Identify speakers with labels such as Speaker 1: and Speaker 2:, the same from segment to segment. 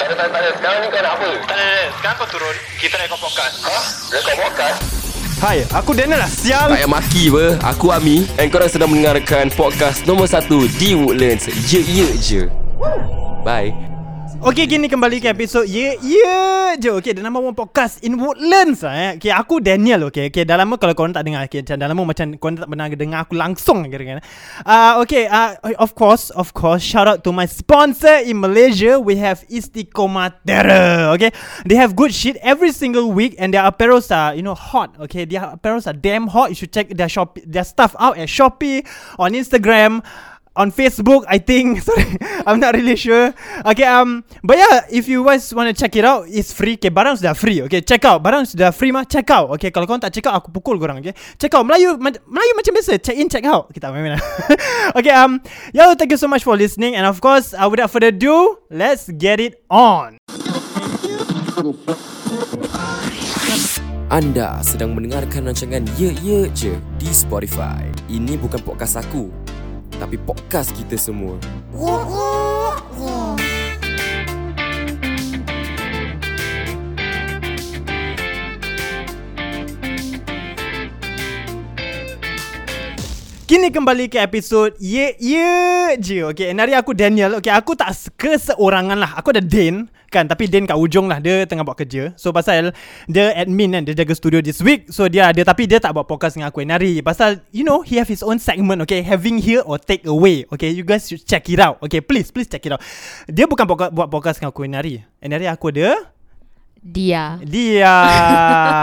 Speaker 1: tak ada, tak ada. Sekarang ni kau nak apa?
Speaker 2: Tak ada, tak ada. Sekarang kau turun. Kita nak ikut podcast.
Speaker 1: Ha? Rekod podcast?
Speaker 3: Hai, aku Daniel lah sial.
Speaker 4: Tak payah maki apa Aku Ami And korang sedang mendengarkan Podcast nombor 1 Di Woodlands Ye ye je Bye
Speaker 3: Okey, gini kembali ke episod Ye Ye je. Okey, the number one podcast in Woodlands lah eh. Okey, aku Daniel okey. Okey, dah lama kalau korang tak dengar okey, macam dah lama macam korang tak pernah dengar aku langsung kira-kira. Ah, uh, okey, uh, of course, of course, shout out to my sponsor in Malaysia. We have Istiqomatera. Okay, they have good shit every single week and their apparels are, you know, hot. Okay, their apparels are damn hot. You should check their shop their stuff out at Shopee on Instagram. on Facebook, I think. Sorry, I'm not really sure. Okay, um, but yeah, if you guys want to check it out, it's free. Okay, barang sudah free. Okay, check out. Barang sudah free mah, check out. Okay, kalau korang tak check out, aku pukul korang. Okay, check out. Melayu, ma- Melayu macam biasa. Check in, check out. Kita main main. lah. okay, um, yo, thank you so much for listening, and of course, uh, without further ado, let's get it on.
Speaker 4: Anda sedang mendengarkan rancangan Ye ye je Di Spotify Ini bukan podcast aku Tapi podcast kita semua
Speaker 3: Kini kembali ke episod Ye Ye je Okay and hari aku Daniel Okay aku tak se- keseorangan lah Aku ada Dan Kan tapi Dan kat ujung lah Dia tengah buat kerja So pasal Dia admin kan Dia jaga studio this week So dia ada Tapi dia tak buat podcast dengan aku and hari Pasal you know He have his own segment Okay having here or take away Okay you guys should check it out Okay please please check it out Dia bukan poka- buat podcast dengan aku and hari And hari aku ada
Speaker 5: Dia
Speaker 3: Dia.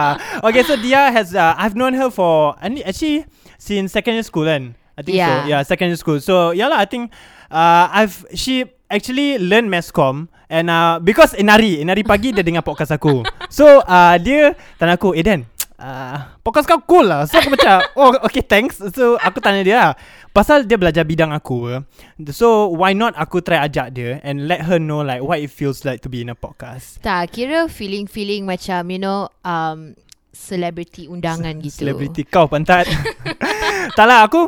Speaker 3: okay, so Dia has uh, I've known her for I ni- actually since secondary school kan. I think
Speaker 5: Yeah.
Speaker 3: so. Yeah, secondary school. So yeah lah, I think uh, I've she actually learned mass comm and uh, because Inari Inari pagi dia dengar podcast aku. So uh, dia tanya aku, "Eh Dan, uh, podcast kau cool lah." So aku macam, "Oh, okay, thanks." So aku tanya dia lah, pasal dia belajar bidang aku. So why not aku try ajak dia and let her know like what it feels like to be in a podcast.
Speaker 5: Tak kira feeling-feeling macam You know um, Celebrity undangan gitu
Speaker 3: Selebriti kau pantat Tak lah aku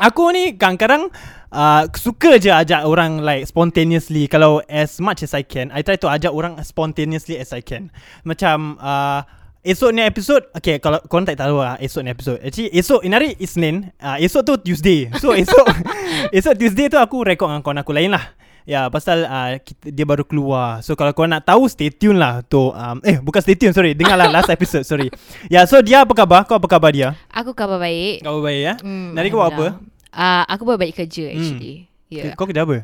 Speaker 3: Aku ni kadang-kadang uh, Suka je ajak orang like spontaneously Kalau as much as I can I try to ajak orang as spontaneously as I can Macam uh, Esok ni episod Okay kalau korang tak tahu lah Esok ni episod Actually esok Ini hari Isnin uh, Esok tu Tuesday So esok Esok Tuesday tu aku record dengan kawan aku lain lah Ya pasal uh, kita, dia baru keluar So kalau korang nak tahu Stay tune lah tu um, Eh bukan stay tune sorry Dengar lah last episode sorry Ya so dia apa khabar Kau apa khabar dia
Speaker 5: Aku khabar baik
Speaker 3: Kau baik ya
Speaker 5: Hmm,
Speaker 3: Nari kau buat apa
Speaker 5: Alhamdulillah. Ah, aku baru balik kerja actually. Ya. Yeah.
Speaker 3: Kau kerja Ha. apa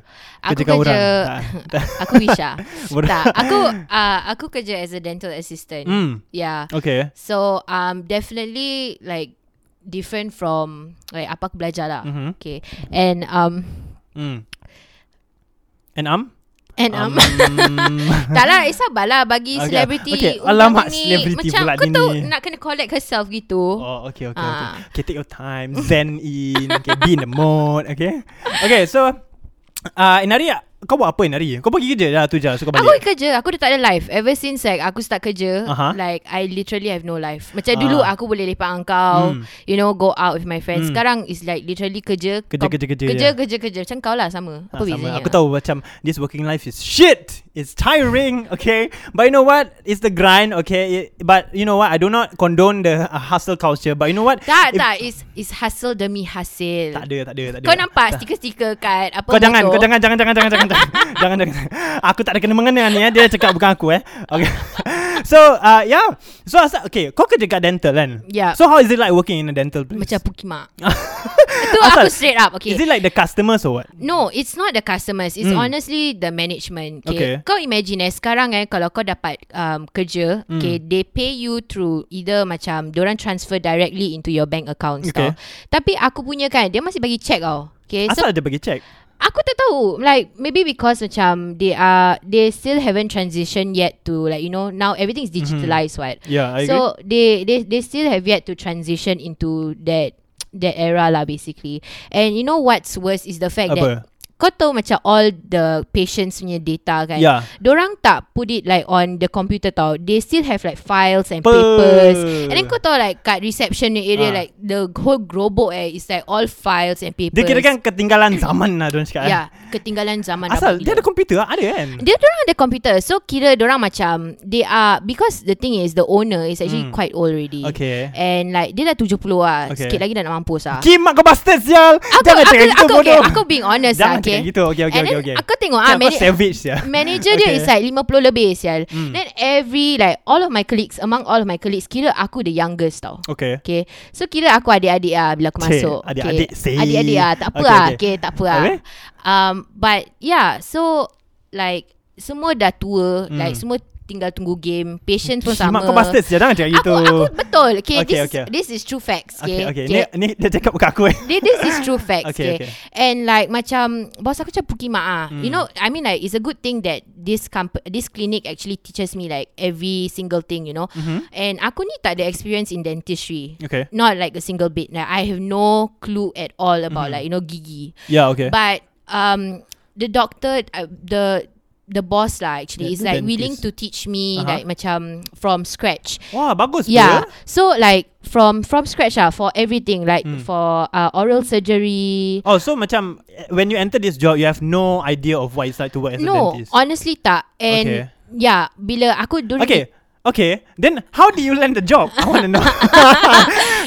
Speaker 5: Aku
Speaker 3: kat
Speaker 5: kerja-
Speaker 3: orang. Tak, tak.
Speaker 5: aku Wisha.
Speaker 3: Bodoh.
Speaker 5: tak, aku uh, aku kerja as a dental assistant.
Speaker 3: Hmm.
Speaker 5: Yeah.
Speaker 3: Okay
Speaker 5: So um definitely like different from like apa aku belajar lah.
Speaker 3: Mhm.
Speaker 5: Okay. And um
Speaker 3: hmm. And Am
Speaker 5: and um, tak lah, eh sabarlah bagi
Speaker 3: Okay,
Speaker 5: selebriti
Speaker 3: okay. Alamak,
Speaker 5: undangan ni,
Speaker 3: selebriti
Speaker 5: macam
Speaker 3: pula
Speaker 5: kau
Speaker 3: ni.
Speaker 5: tahu nak kena collect herself gitu.
Speaker 3: Oh, okay, okay, okay.
Speaker 5: Ah.
Speaker 3: Okay, take your time. Zen in. Okay, be in the mode. Okay. Okay, so... Uh, Inari, kau buat apa Inari? Kau pergi kerja dah tu je. So kau
Speaker 5: Aku
Speaker 3: balik. Ah,
Speaker 5: kerja Aku dah tak ada life Ever since like Aku start kerja
Speaker 3: Aha.
Speaker 5: uh-huh. Like I literally have no life
Speaker 3: Ah.
Speaker 5: Macam uh. dulu Aku boleh lepak dengan kau
Speaker 3: Hmm.
Speaker 5: mm. You know go out with my friends
Speaker 3: Hmm.
Speaker 5: mm. Sekarang is like Literally kerja
Speaker 3: Kerja,
Speaker 5: kau-
Speaker 3: kerja, kerja,
Speaker 5: Kerja
Speaker 3: ya.
Speaker 5: kerja kerja Macam kau lah sama
Speaker 3: Ah,
Speaker 5: Apa
Speaker 3: sama.
Speaker 5: bezanya
Speaker 3: Aku tahu macam This working life is shit It's tiring Okay But you know what It's the grind Okay It- But you know what I do not condone the uh, hustle culture But you know what
Speaker 5: Tak
Speaker 3: If-
Speaker 5: tak It's, it's hustle demi hasil
Speaker 3: Tak ada tak ada tak ada
Speaker 5: Kau nampak
Speaker 3: Tak.
Speaker 5: stiker-stiker kat apa
Speaker 3: Kau jangan,
Speaker 5: motor?
Speaker 3: kau jangan, jangan, jangan, jangan, jangan, jangan, jangan, jangan. Aku tak ada kena mengena ni eh. Dia cakap bukan aku eh. Okay. So, uh, yeah. So, asal, okay, kau kerja kat dental kan?
Speaker 5: Yeah.
Speaker 3: So, how is it like working in a dental place?
Speaker 5: Ya. Macam pukimak Itu aku
Speaker 3: Ah, Asal-
Speaker 5: straight up Okay
Speaker 3: Is it like the customers or what?
Speaker 5: No, it's not the customers. It's
Speaker 3: Mm.
Speaker 5: mm. honestly the management.
Speaker 3: Okay.
Speaker 5: Okay. okay. Kau imagine eh, sekarang eh, kalau kau dapat um, kerja, mm. okay, they pay you through either macam, diorang transfer directly into your bank account
Speaker 3: Okay.
Speaker 5: okay. tau. Tapi aku punya kan, dia masih bagi check tau. Okay, so
Speaker 3: Asal dia bagi check?
Speaker 5: aku tak tahu. Like, maybe because macam, they are, they still haven't transitioned yet to like, you know, now everything's digitalized what.
Speaker 3: Yeah, Ya, I agree.
Speaker 5: so they, they they still have yet to transition into that that era lah basically. And you know what's worse is the fact
Speaker 3: Apa?
Speaker 5: that kau tahu macam all the patients punya data kan
Speaker 3: Yeah.
Speaker 5: Diorang tak put it like on the computer tau They still have like files and
Speaker 3: Pe-
Speaker 5: papers And then kau tahu like kat reception ni area
Speaker 3: Ah.
Speaker 5: like The whole gerobok eh is like all files and papers
Speaker 3: Dia kira kan ketinggalan zaman lah Diorang cakap eh.
Speaker 5: Ya ketinggalan zaman
Speaker 3: Asal
Speaker 5: rabak
Speaker 3: dia
Speaker 5: gila.
Speaker 3: ada komputer lah Ada kan
Speaker 5: Dia orang ada computer So kira orang macam They are Because the thing is The owner is actually
Speaker 3: Hmm.
Speaker 5: quite old already
Speaker 3: Okay.
Speaker 5: And like Dia dah 70 lah
Speaker 3: Okay.
Speaker 5: okay. Sikit lagi dah nak mampus lah
Speaker 3: Kim aku bastard sial
Speaker 5: Aku,
Speaker 3: Jangan
Speaker 5: aku,
Speaker 3: cakap gitu
Speaker 5: aku, okay,
Speaker 3: bodoh
Speaker 5: aku being honest
Speaker 3: Jangan
Speaker 5: lah okay.
Speaker 3: cakap gitu Okay okay okay,
Speaker 5: And then
Speaker 3: okay.
Speaker 5: Aku tengok ah,
Speaker 3: Sial, kau
Speaker 5: manage-
Speaker 3: savage ya.
Speaker 5: Manager dia
Speaker 3: Okay.
Speaker 5: is like 50 lebih sial.
Speaker 3: Hmm.
Speaker 5: Mm. Then every like all of my colleagues among all of my colleagues kira aku the youngest tau.
Speaker 3: Okay
Speaker 5: Okay. So kira aku adik-adik ah bila aku
Speaker 3: Cik,
Speaker 5: masuk.
Speaker 3: adik-adik, say.
Speaker 5: okay. Adik-adik ah tak apa
Speaker 3: Okay,
Speaker 5: okay, ah.
Speaker 3: okay.
Speaker 5: Okay. tak apa ah.
Speaker 3: Habis?
Speaker 5: Um but yeah, so like semua dah tua,
Speaker 3: Hmm.
Speaker 5: like semua tinggal tunggu game, patience pun
Speaker 3: Kimak
Speaker 5: sama.
Speaker 3: kau bastard sial Jangan cakap
Speaker 5: Aku,
Speaker 3: gitu
Speaker 5: aku betul. Okay,
Speaker 3: Okay,
Speaker 5: okay, this
Speaker 3: okay.
Speaker 5: okay. this is true facts.
Speaker 3: Okay
Speaker 5: Okay.
Speaker 3: okay Ni, ni dia cakap bukan aku eh
Speaker 5: This, this is true facts
Speaker 3: Okay,
Speaker 5: okay,
Speaker 3: okay. Hmm.
Speaker 5: okay. And like macam Bos aku macam pukimak ah. Mm. You know I mean like It's a good thing that This comp- this clinic actually teaches me Like every single thing you know mm-hmm. And aku ni tak ada experience In dentistry
Speaker 3: Okay.
Speaker 5: Not like a single bit like, I have no clue at all About mm-hmm. like you know Gigi
Speaker 3: Yeah okay
Speaker 5: But um, the doctor, uh, the the boss lah actually
Speaker 3: The-
Speaker 5: is
Speaker 3: the
Speaker 5: like willing to
Speaker 3: dentist. Uh-huh.
Speaker 5: teach me
Speaker 3: Aha.
Speaker 5: like macam from scratch.
Speaker 3: Wah bagus ya.
Speaker 5: Yeah.
Speaker 3: pula.
Speaker 5: So like from from scratch ah for everything like for uh, oral surgery.
Speaker 3: Hmm. Oh so macam eh, When you enter this job You have no idea Of what it's like to work as
Speaker 5: no,
Speaker 3: a dentist
Speaker 5: honestly tak. And
Speaker 3: Okay.
Speaker 5: yeah, bila aku during
Speaker 3: Okay Okay Then how do you land the job I want to know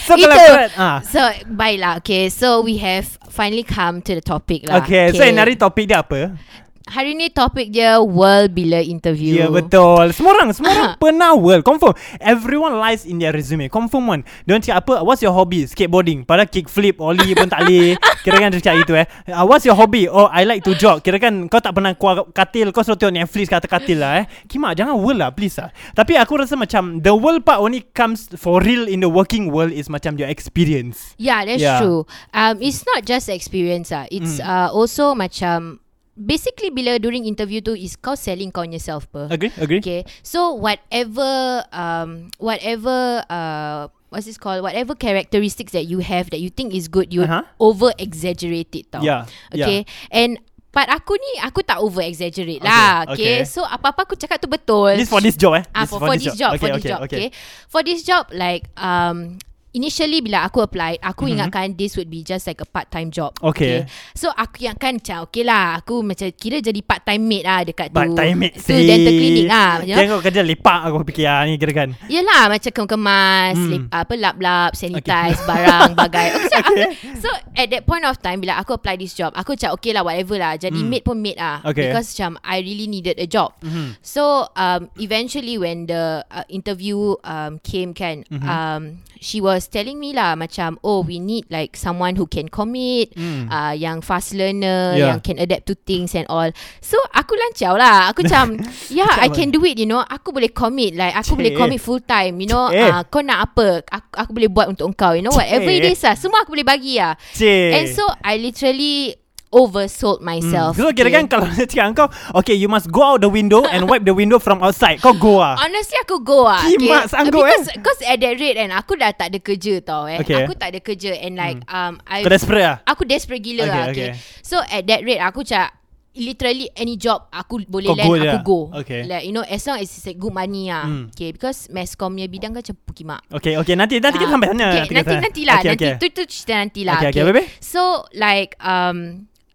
Speaker 3: So
Speaker 5: Itu.
Speaker 3: kalau berat ah.
Speaker 5: So baiklah Okay so we have Finally come to the topic lah
Speaker 3: Okay, okay, so yang hari topik dia apa?
Speaker 5: Hari ni topik dia World bila interview
Speaker 3: Ya yeah, betul Semua orang Semua orang pernah world Confirm Everyone lies in their resume Confirm one Diorang cakap apa What's your hobby Skateboarding Padahal kickflip Ollie pun tak boleh Kira kan dia cakap gitu eh uh, What's your hobby Oh I like to jog Kira kan kau tak pernah keluar katil Kau selalu tengok Netflix kata katil lah eh Kimak jangan world lah please lah Tapi aku rasa macam The world part only comes For real in the working world Is macam your experience
Speaker 5: Yeah, that's
Speaker 3: Yeah.
Speaker 5: true. Um, it's not just experience ah. It's
Speaker 3: Mm.
Speaker 5: uh, also macam basically bila during interview tu is kau selling kau punya self apa.
Speaker 3: Agree? Agree?
Speaker 5: Okay. So whatever um whatever uh what's this called whatever characteristics that you have that you think is good you
Speaker 3: Uh-huh.
Speaker 5: over exaggerate it tau.
Speaker 3: Yeah,
Speaker 5: Okay. And part aku ni aku tak over exaggerate
Speaker 3: Okay,
Speaker 5: lah.
Speaker 3: okay.
Speaker 5: Okay. So apa-apa aku cakap tu betul.
Speaker 3: This for this job eh
Speaker 5: Ah, for, for this job, for this job, okay. For this job, like um, initially bila aku applied, aku mm-hmm. ingatkan this would be just like a part-time job.
Speaker 3: Okay.
Speaker 5: So aku ingatkan macam okay lah, aku macam kira jadi part-time mate lah dekat
Speaker 3: But
Speaker 5: tu.
Speaker 3: time it
Speaker 5: tu dental clinic lah. You know?
Speaker 3: Jangan kau kerja lepak Aku fikir ah, Ni kira kan
Speaker 5: Yelah macam kemas-kemas
Speaker 3: Hmm.
Speaker 5: hmm. lip, Apa lap-lap Sanitize barang Bagai okay, so, okay. so at that point of time Bila aku apply this job Aku macam okay lah Whatever lah Jadi hmm. mate pun mate lah
Speaker 3: Okay.
Speaker 5: Because macam I really needed a job mm-hmm. So um, Eventually when the uh, Interview um, Came kan mm-hmm. um, She was telling me lah Macam Oh we need like Someone who can commit mm. uh, Yang fast learner
Speaker 3: Yeah.
Speaker 5: yeah. Yang can adapt to things And all So aku lancar lah Aku macam Yeah I can do it you know Aku boleh commit Like aku boleh
Speaker 3: Cik.
Speaker 5: commit full time you know
Speaker 3: Eh.
Speaker 5: uh, kau nak apa aku, aku boleh buat untuk kau you know whatever it is lah semua aku boleh bagi lah
Speaker 3: Cik
Speaker 5: and so I literally oversold myself
Speaker 3: So kira kan Kalau dia cakap kau Okay you must go out the window And wipe the window from outside Kau go ah
Speaker 5: Honestly aku go lah
Speaker 3: Kimak sanggup,
Speaker 5: because,
Speaker 3: eh.
Speaker 5: because at that rate and Aku dah tak ada kerja tau eh
Speaker 3: Okay.
Speaker 5: Aku tak ada kerja And like um, I,
Speaker 3: Kau desperate ah
Speaker 5: Aku desperate gila
Speaker 3: Okay,
Speaker 5: okay, lah
Speaker 3: okay.
Speaker 5: okay. So at that rate Aku cak Literally any job Aku boleh
Speaker 3: Kau
Speaker 5: land
Speaker 3: go je
Speaker 5: Aku
Speaker 3: lah.
Speaker 5: go
Speaker 3: Okay.
Speaker 5: like, You know as long as it's like good money lah
Speaker 3: Hmm.
Speaker 5: Okay because Mass comm punya bidang kan macam pukimak
Speaker 3: Okay okay Nanti nanti kita
Speaker 5: Ah,
Speaker 3: sampai sana
Speaker 5: okay,
Speaker 3: kita
Speaker 5: nanti
Speaker 3: sana.
Speaker 5: nanti lah
Speaker 3: Okay,
Speaker 5: okay, nanti
Speaker 3: okay.
Speaker 5: tu tu cerita nanti lah
Speaker 3: Okay, okay, baby.
Speaker 5: so like um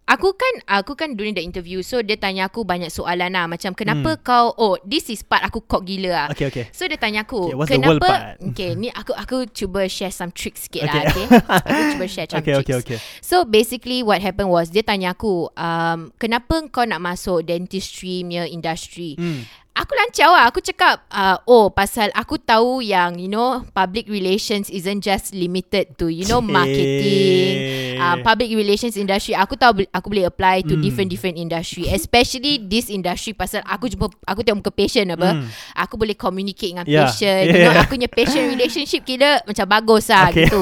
Speaker 5: Aku kan aku kan during the interview so dia tanya aku banyak soalan lah macam kenapa hmm. kau oh this is part aku kok gila lah.
Speaker 3: Okay, okay.
Speaker 5: So dia tanya aku
Speaker 3: Okay, what's the world part?
Speaker 5: kenapa okay ni aku aku cuba share some tricks sikit lah
Speaker 3: Okay.
Speaker 5: okay. aku cuba share some
Speaker 3: Okay, okay,
Speaker 5: tricks.
Speaker 3: okay.
Speaker 5: So basically what happened was dia tanya aku um, kenapa kau nak masuk dentistry punya industry. Hmm. Aku lancar lah Aku cakap uh, Oh pasal aku tahu yang You know Public relations Isn't just limited to You know
Speaker 3: Cik.
Speaker 5: marketing uh, Public relations industry Aku tahu bel- Aku boleh apply
Speaker 3: Hmm.
Speaker 5: to different different industry Especially this industry Pasal aku jumpa Aku tengok muka patient
Speaker 3: Hmm.
Speaker 5: apa Aku boleh communicate Dengan
Speaker 3: Yeah.
Speaker 5: patient You know
Speaker 3: Yeah.
Speaker 5: Aku punya patient relationship Kira macam bagus lah
Speaker 3: Ya, Okay.
Speaker 5: okay. Gitu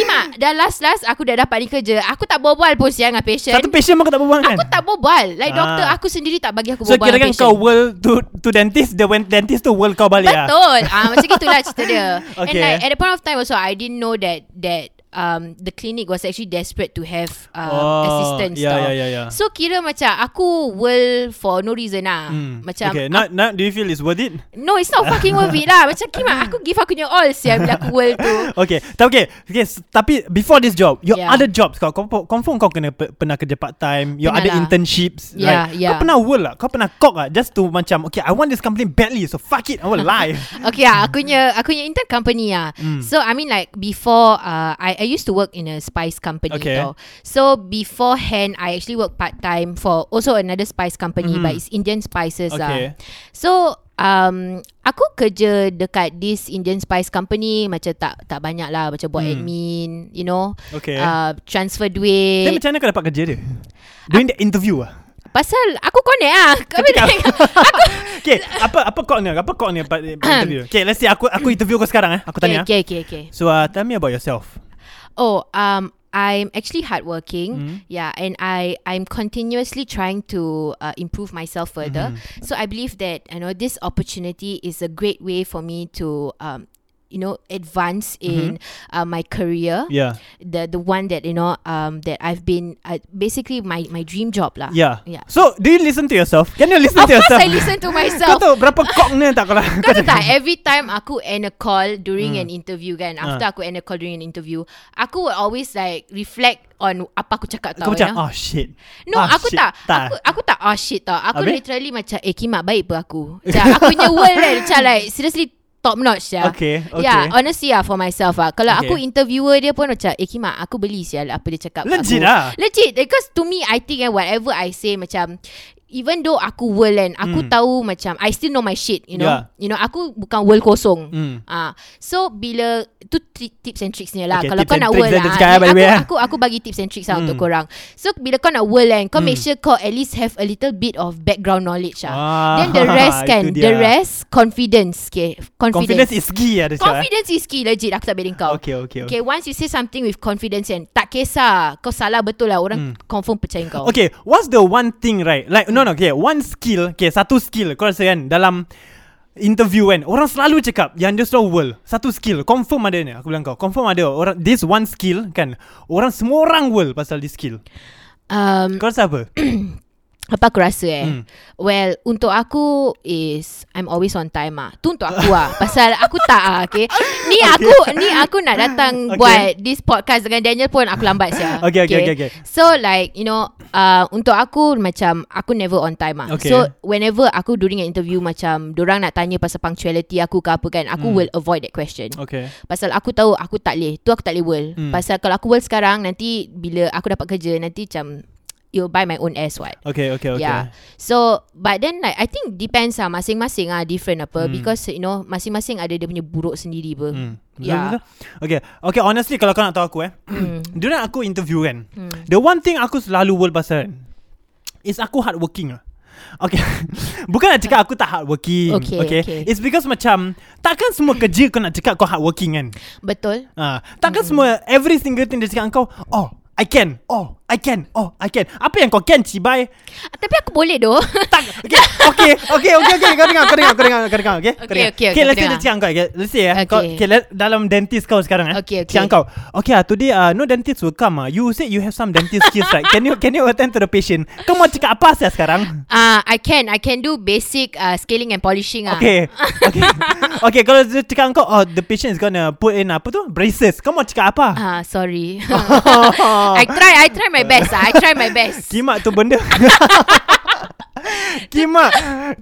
Speaker 5: Kima Dah last-last Aku dah dapat ni kerja Aku tak berbual pun Siang dengan patient
Speaker 3: Satu patient pun kau tak berbual kan
Speaker 5: Aku tak berbual Like
Speaker 3: Ah.
Speaker 5: doktor Aku sendiri tak bagi aku
Speaker 3: So
Speaker 5: berbual
Speaker 3: kira kan
Speaker 5: dengan
Speaker 3: kau
Speaker 5: patient.
Speaker 3: world to, to dentist The went dentist tu world kau balik ah.
Speaker 5: Betul. Ah macam gitulah cerita dia.
Speaker 3: Okay.
Speaker 5: And like at the point of time also I didn't know that that um, the clinic was actually desperate to have um,
Speaker 3: Oh,
Speaker 5: assistance.
Speaker 3: yeah,
Speaker 5: tau.
Speaker 3: yeah, yeah, yeah.
Speaker 5: So kira macam aku will for no reason lah. Mm.
Speaker 3: Hmm.
Speaker 5: Macam
Speaker 3: okay, now, now do you feel it's worth it?
Speaker 5: No, it's not fucking worth it lah. Macam Kima, aku give aku punya all siya bila aku world tu.
Speaker 3: Okay, tapi okay, okay, s- tapi before this job, your yeah.
Speaker 5: Yeah.
Speaker 3: other jobs kau confirm, confirm kau kena pe, pernah kerja part time, your
Speaker 5: Pernah
Speaker 3: other
Speaker 5: lah.
Speaker 3: internships,
Speaker 5: Yeah,
Speaker 3: right?
Speaker 5: yeah.
Speaker 3: Kau pernah work lah, kau pernah cock lah just to macam okay, I want this company badly, so fuck it, I will lie.
Speaker 5: Okay lah, aku punya, aku punya intern company lah.
Speaker 3: Hmm.
Speaker 5: Mm. So, I mean like before, uh, I, I used to work in a spice company
Speaker 3: Okay.
Speaker 5: tau. So, beforehand, I actually work part-time for also another spice company mm. but it's Indian spices
Speaker 3: Hmm. Okay.
Speaker 5: lah. So, um, aku kerja dekat this Indian spice company macam tak tak banyak lah. Macam buat mm. admin, you know.
Speaker 3: Hmm. Okay.
Speaker 5: Uh, transfer
Speaker 3: Then
Speaker 5: duit.
Speaker 3: macam mana kau dapat kerja dia? During the interview lah.
Speaker 5: Pasal aku connect lah. Kau boleh
Speaker 3: Okay, apa apa kau ni? Apa kau ni part part interview? Okay, let's see aku aku interview kau sekarang eh. Aku tanya. Okay, okay.
Speaker 5: Okay, okay, okay. okay.
Speaker 3: So uh, tell me about yourself.
Speaker 5: Oh, um, I'm actually hardworking.
Speaker 3: Mm-hmm.
Speaker 5: Yeah, and I I'm continuously trying to uh, improve myself further.
Speaker 3: Mm-hmm.
Speaker 5: So I believe that you know this opportunity is a great way for me to um, you know advance in uh, my career.
Speaker 3: Mm-hmm. Yeah.
Speaker 5: The the one that you know um that I've been uh, basically my my dream job lah.
Speaker 3: Yeah.
Speaker 5: Yeah.
Speaker 3: So do you listen to yourself? Can you listen
Speaker 5: Of
Speaker 3: to
Speaker 5: course,
Speaker 3: yourself?
Speaker 5: I listen to
Speaker 3: Kau
Speaker 5: myself.
Speaker 3: tahu berapa kok ni tak lah- kalau
Speaker 5: Kau tahu tak Every time aku end a call During
Speaker 3: Hmm.
Speaker 5: an interview kan After aku end a call During an interview Aku will always like Reflect on Apa aku cakap
Speaker 3: Kau
Speaker 5: tau you
Speaker 3: macam oh
Speaker 5: know?
Speaker 3: shit.
Speaker 5: No
Speaker 3: oh,
Speaker 5: aku
Speaker 3: shit.
Speaker 5: tak, Aku aku tak Oh shit tau Aku
Speaker 3: Habis?
Speaker 5: literally macam Eh kimak baik pun aku Macam aku punya world kan Macam like Seriously top notch ya.
Speaker 3: Okay, okay.
Speaker 5: Yeah, honestly ah for myself ah. Kalau
Speaker 3: Okay.
Speaker 5: aku interviewer dia pun macam eh kimak aku beli sial apa dia cakap kat
Speaker 3: Legit
Speaker 5: aku.
Speaker 3: ah?
Speaker 5: Legit because to me I think eh, whatever I say macam Even though aku world kan Aku tahu macam I still know my shit You know
Speaker 3: Hmm. Yeah.
Speaker 5: You know aku bukan world kosong
Speaker 3: Mm.
Speaker 5: ah, So bila Tu tri- tips and tricks ni lah
Speaker 3: Okay,
Speaker 5: Kalau
Speaker 3: tips
Speaker 5: kau
Speaker 3: and
Speaker 5: nak
Speaker 3: tricks
Speaker 5: world
Speaker 3: dia
Speaker 5: lah
Speaker 3: dia cakap,
Speaker 5: ah,
Speaker 3: by the
Speaker 5: aku,
Speaker 3: way, Hmm. ah.
Speaker 5: aku, aku bagi tips and tricks lah Untuk korang So bila kau nak world kan
Speaker 3: Hmm.
Speaker 5: Kau make sure kau at least Have a little bit of background knowledge lah
Speaker 3: Ah,
Speaker 5: Then the rest
Speaker 3: itu
Speaker 5: kan
Speaker 3: dia.
Speaker 5: The rest Confidence okay.
Speaker 3: Confidence
Speaker 5: Confidence
Speaker 3: is key lah dia cakap. eh.
Speaker 5: Confidence is key legit Aku tak beda kau
Speaker 3: Okay, okay, okay.
Speaker 5: Okay once you say something With confidence kan Tak kisah Kau salah betul lah Orang confirm percaya
Speaker 3: Hmm.
Speaker 5: kau
Speaker 3: Okay, what's the one thing right? Like no no, okay, one skill, okay, satu skill kau rasa kan dalam interview kan orang selalu cakap yang dia slow world satu skill confirm ada ni aku bilang kau confirm ada orang this one skill kan orang semua orang world pasal this skill
Speaker 5: um,
Speaker 3: kau rasa apa
Speaker 5: Apa aku rasa eh
Speaker 3: Hmm.
Speaker 5: mm. Well Untuk aku Is I'm always on time ah. Tu untuk aku ah Pasal aku tak ah okay? Ni aku Ni aku nak datang
Speaker 3: Okay.
Speaker 5: okay. Buat this podcast Dengan Daniel pun Aku lambat siya
Speaker 3: Okay, okay, okay, okay.
Speaker 5: So like You know uh, Untuk aku Macam Aku never on time ah.
Speaker 3: Okay.
Speaker 5: So whenever Aku during an interview Macam Diorang nak tanya Pasal punctuality aku ke apa kan Aku mm. will avoid that question
Speaker 3: Hmm. okay
Speaker 5: Pasal aku tahu aku tak leh. Tu aku tak leh world. Hmm. Pasal kalau aku world sekarang nanti bila aku dapat kerja nanti macam you buy my own ass what.
Speaker 3: okay okay okay
Speaker 5: Yeah. So but then like I think depends lah masing-masing ah different apa
Speaker 3: Hmm.
Speaker 5: mm. because you know masing-masing ada dia punya buruk sendiri apa. Mm.
Speaker 3: Betul,
Speaker 5: Yeah. Hmm.
Speaker 3: betul. Okay Okay honestly Kalau kau nak tahu aku eh During aku interview kan The one thing aku selalu world pasal kan Is aku hardworking lah Okay Bukan nak cakap aku tak hardworking
Speaker 5: Okay, okay.
Speaker 3: It's because macam Takkan semua kerja kau nak cakap kau hardworking kan
Speaker 5: Betul.
Speaker 3: ha, Takkan
Speaker 5: Hmm.
Speaker 3: semua Every single thing dia cakap kau Oh I can Oh I can Oh I can Apa yang kau can cibai
Speaker 5: Ah, Tapi aku boleh doh.
Speaker 3: tak okay okay okay okay okay kau dengar kau dengar kau dengar kau dengar okay
Speaker 5: Okay, okay, okay,
Speaker 3: okay let's
Speaker 5: aku
Speaker 3: say dia
Speaker 5: dengar.
Speaker 3: cakap kau okay let's say eh
Speaker 5: Okay.
Speaker 3: kau okay let, dalam dentist kau sekarang eh
Speaker 5: Okay, okay.
Speaker 3: cakap kau okay ah today ah no dentist will come ah you said you have some dentist skills right can you can you attend to the patient kau mau cakap apa sih sekarang
Speaker 5: Ah uh, I can I can do basic uh, scaling and polishing ah.
Speaker 3: Okay Okay Okay kalau dia cakap kau Oh the patient is gonna Put in ah, apa tu Braces Kau mau cakap apa
Speaker 5: Ah uh, sorry. I try I try my best. ah. I try my best.
Speaker 3: Kimak tu benda Kimak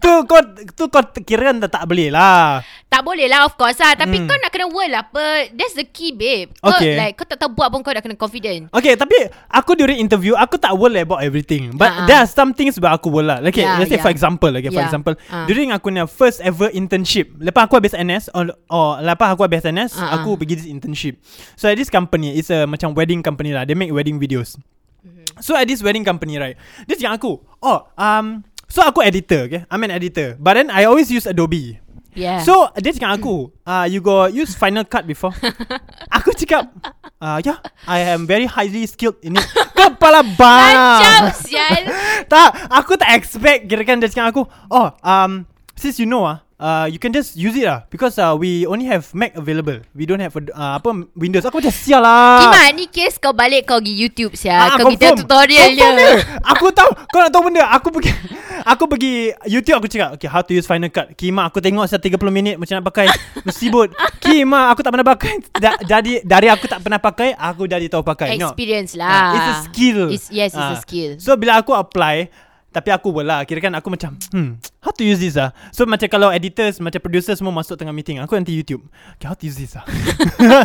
Speaker 3: Tu kau Tu kau kira kan tak, tak beli lah
Speaker 5: Tak boleh lah of course lah Tapi kau nak kena world lah apa That's the key babe kau,
Speaker 3: Hmm. Okay.
Speaker 5: like, kau tak tahu buat pun kau dah kena confident
Speaker 3: Okay tapi Aku during interview Aku tak world about everything But uh-huh.
Speaker 5: Ah, ah.
Speaker 3: there are some things Where aku world lah Okay yeah,
Speaker 5: Yeah,
Speaker 3: let's say yeah. for
Speaker 5: yeah.
Speaker 3: example Okay yeah. for
Speaker 5: Yeah.
Speaker 3: example uh.
Speaker 5: Ah.
Speaker 3: During aku punya First ever internship Lepas aku habis NS Or, or lepas aku habis NS
Speaker 5: Ah,
Speaker 3: uh-huh.
Speaker 5: ah.
Speaker 3: Aku pergi this internship So at this company It's a macam wedding company lah They make wedding videos
Speaker 5: Mm-hmm.
Speaker 3: So at this wedding company right Dia cakap aku Oh um So aku editor okay I'm an editor But then I always use Adobe
Speaker 5: Yeah
Speaker 3: So dia cakap aku uh, You go use Final Cut before Aku cakap uh, Yeah I am very highly skilled in it Kepala bang
Speaker 5: Macam sial
Speaker 3: Tak Aku tak expect Kira kan dia cakap aku Oh um Since you know ah, uh, you can just use it ah because uh, we only have Mac available. We don't have uh, apa Windows. Aku macam sial lah.
Speaker 5: Kimak ni case kau balik kau pergi YouTube sia. kau
Speaker 3: Ah,
Speaker 5: kita
Speaker 3: confirm.
Speaker 5: tutorial dia.
Speaker 3: Confirm Aku tahu Kau nak tahu benda Aku pergi Aku pergi YouTube aku cakap Okay how to use Final Cut Kima aku tengok Saya 30 minit Macam nak pakai Musibut Kima aku tak pernah pakai da- Dari dari aku tak pernah pakai Aku dari tahu pakai no.
Speaker 5: Experience
Speaker 3: Ah,
Speaker 5: lah.
Speaker 3: It's a skill
Speaker 5: It's, yes, it's a
Speaker 3: Ah.
Speaker 5: skill.
Speaker 3: So bila aku apply Tapi aku pun lah Kira kan aku macam Hmm How to use this lah So macam kalau editors Macam producer semua masuk tengah meeting Aku nanti YouTube Okay how to use this lah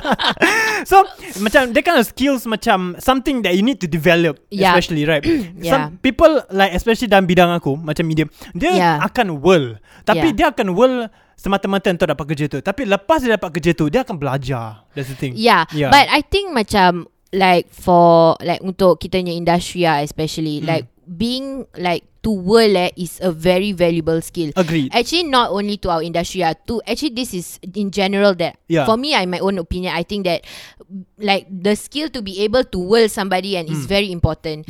Speaker 3: So macam That kind of skills Macam Something that you need to develop
Speaker 5: Yeah.
Speaker 3: Especially right
Speaker 5: Yeah.
Speaker 3: Some people Like especially dalam bidang aku Macam media Dia
Speaker 5: Yeah.
Speaker 3: akan world Tapi
Speaker 5: Yeah.
Speaker 3: dia akan world Semata-mata untuk dapat kerja tu Tapi lepas dia dapat kerja tu Dia akan belajar That's the thing
Speaker 5: Yeah,
Speaker 3: Yeah.
Speaker 5: yeah. But I think macam like for like untuk kita punya industri lah especially
Speaker 3: Hmm.
Speaker 5: mm. like being like to world eh, is a very valuable skill.
Speaker 3: Agreed
Speaker 5: Actually not only to our industry ah, to actually this is in general that
Speaker 3: Yeah.
Speaker 5: for me I my own opinion I think that like the skill to be able to world somebody and is very important.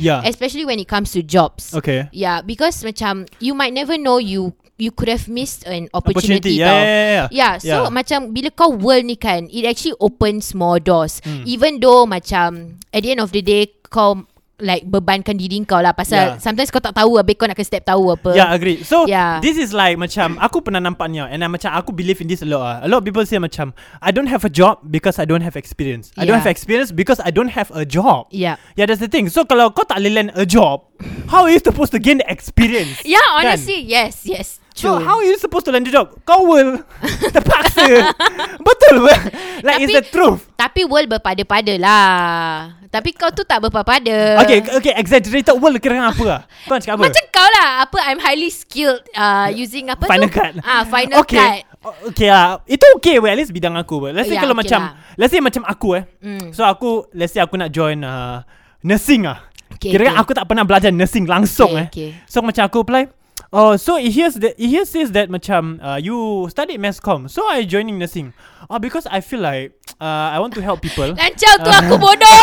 Speaker 3: Hmm. Yeah.
Speaker 5: Especially when it comes to jobs.
Speaker 3: Okay
Speaker 5: Yeah, because macam you might never know you you could have missed an
Speaker 3: Opportunity,
Speaker 5: opportunity,
Speaker 3: yeah,
Speaker 5: tau.
Speaker 3: yeah, yeah, yeah.
Speaker 5: yeah, so
Speaker 3: Yeah.
Speaker 5: macam bila kau world ni kan, it actually opens more doors.
Speaker 3: Hmm.
Speaker 5: Even though macam at the end of the day kau like bebankan diri kau lah pasal
Speaker 3: Yeah.
Speaker 5: yeah. sometimes kau tak tahu habis kau nak ke step tahu apa.
Speaker 3: Yeah, uh, agree. So yeah.
Speaker 5: Yeah.
Speaker 3: this is like macam aku pernah nampak ni, tau, and I, macam aku believe in this a lot. ah. A lot of people say macam I don't have a job because I don't have experience. I don't have
Speaker 5: Yeah.
Speaker 3: experience because I don't have a job.
Speaker 5: Yeah.
Speaker 3: Yeah, that's the thing. So kalau kau tak boleh land a job, how are you supposed to gain the experience?
Speaker 5: Yeah,
Speaker 3: Kan?
Speaker 5: honestly, yes, yes.
Speaker 3: So
Speaker 5: True.
Speaker 3: how are you supposed to land a job? Kau will terpaksa. Betul ke? Like it's
Speaker 5: Tapi-
Speaker 3: the truth.
Speaker 5: tapi world berpada-pada lah. Tapi kau tu tak berpada-pada.
Speaker 3: Okay, okay, exaggerated world kira apa lah? Kau nak cakap apa?
Speaker 5: Macam kau lah Apa I'm highly skilled uh, Using apa
Speaker 3: Final
Speaker 5: tu
Speaker 3: cut
Speaker 5: Ah, Final
Speaker 3: okay.
Speaker 5: cut
Speaker 3: O- Okay lah Itu okay well, At least bidang aku well. Let's say yeah,
Speaker 5: Yeah,
Speaker 3: kalau okay
Speaker 5: okay
Speaker 3: macam
Speaker 5: lah.
Speaker 3: lah. Let's say macam aku eh mm.
Speaker 5: Mm.
Speaker 3: So aku Let's say aku nak join uh, Nursing ah. Okay,
Speaker 5: Okay,
Speaker 3: Kira okay.
Speaker 5: okay.
Speaker 3: aku tak pernah belajar nursing langsung okay, eh
Speaker 5: Okay,
Speaker 3: okay.
Speaker 5: okay.
Speaker 3: So macam aku apply Oh, so it hears that it hears says that macam uh, you studied mass comm, so I joining nursing. Oh, because I feel like uh, I want to help people.
Speaker 5: Lancau tu aku bodoh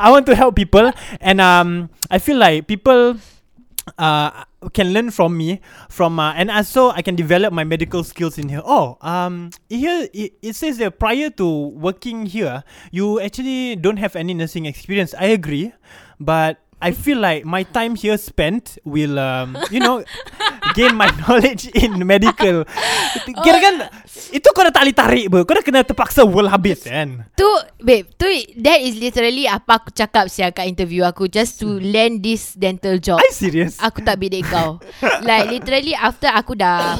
Speaker 3: I want to help people, and um, I feel like people uh can learn from me from uh, and also I can develop my medical skills in here. Oh, um, here it, it says that prior to working here, you actually don't have any nursing experience. I agree, but. I feel like my time here spent will, um, you know, gain my knowledge in medical.
Speaker 5: Oh.
Speaker 3: Kira kan, itu kau dah tak boleh tarik ber. Kau dah kena terpaksa world habis kan.
Speaker 5: Tu Babe tu That is literally Apa aku cakap siya Kat interview aku Just to land this dental job
Speaker 3: Are you serious?
Speaker 5: Aku tak bedek kau Like literally After aku dah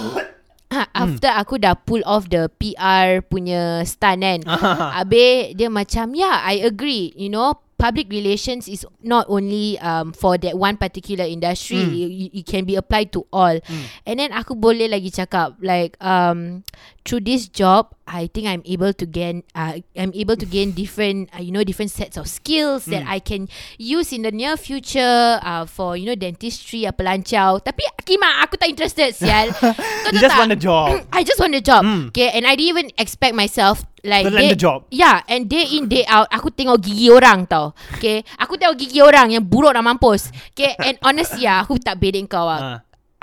Speaker 5: Ha, After aku dah pull off the PR punya stunt kan Habis dia macam Yeah I agree You know Public relations is not only um, for that one particular industry. It, it- it can be applied to all. And then aku boleh lagi cakap like um, through this job, I think I'm able to gain uh, I'm able to gain different uh, you know different sets of skills that I can use in the near future uh, for you know dentistry apa lancau. Tapi Kima aku tak interested sial. Kau
Speaker 3: You
Speaker 5: tahu
Speaker 3: just
Speaker 5: tak?
Speaker 3: want a job. Hmm.
Speaker 5: I just want a job. Okay, and I didn't even expect myself like
Speaker 3: To land
Speaker 5: day,
Speaker 3: a job.
Speaker 5: Yeah, and day in day out aku tengok gigi orang tau. Okay, aku tengok gigi orang yang buruk nak mampus. Okay, and honestly ah, aku tak bedek kau
Speaker 3: Ah.
Speaker 5: ah.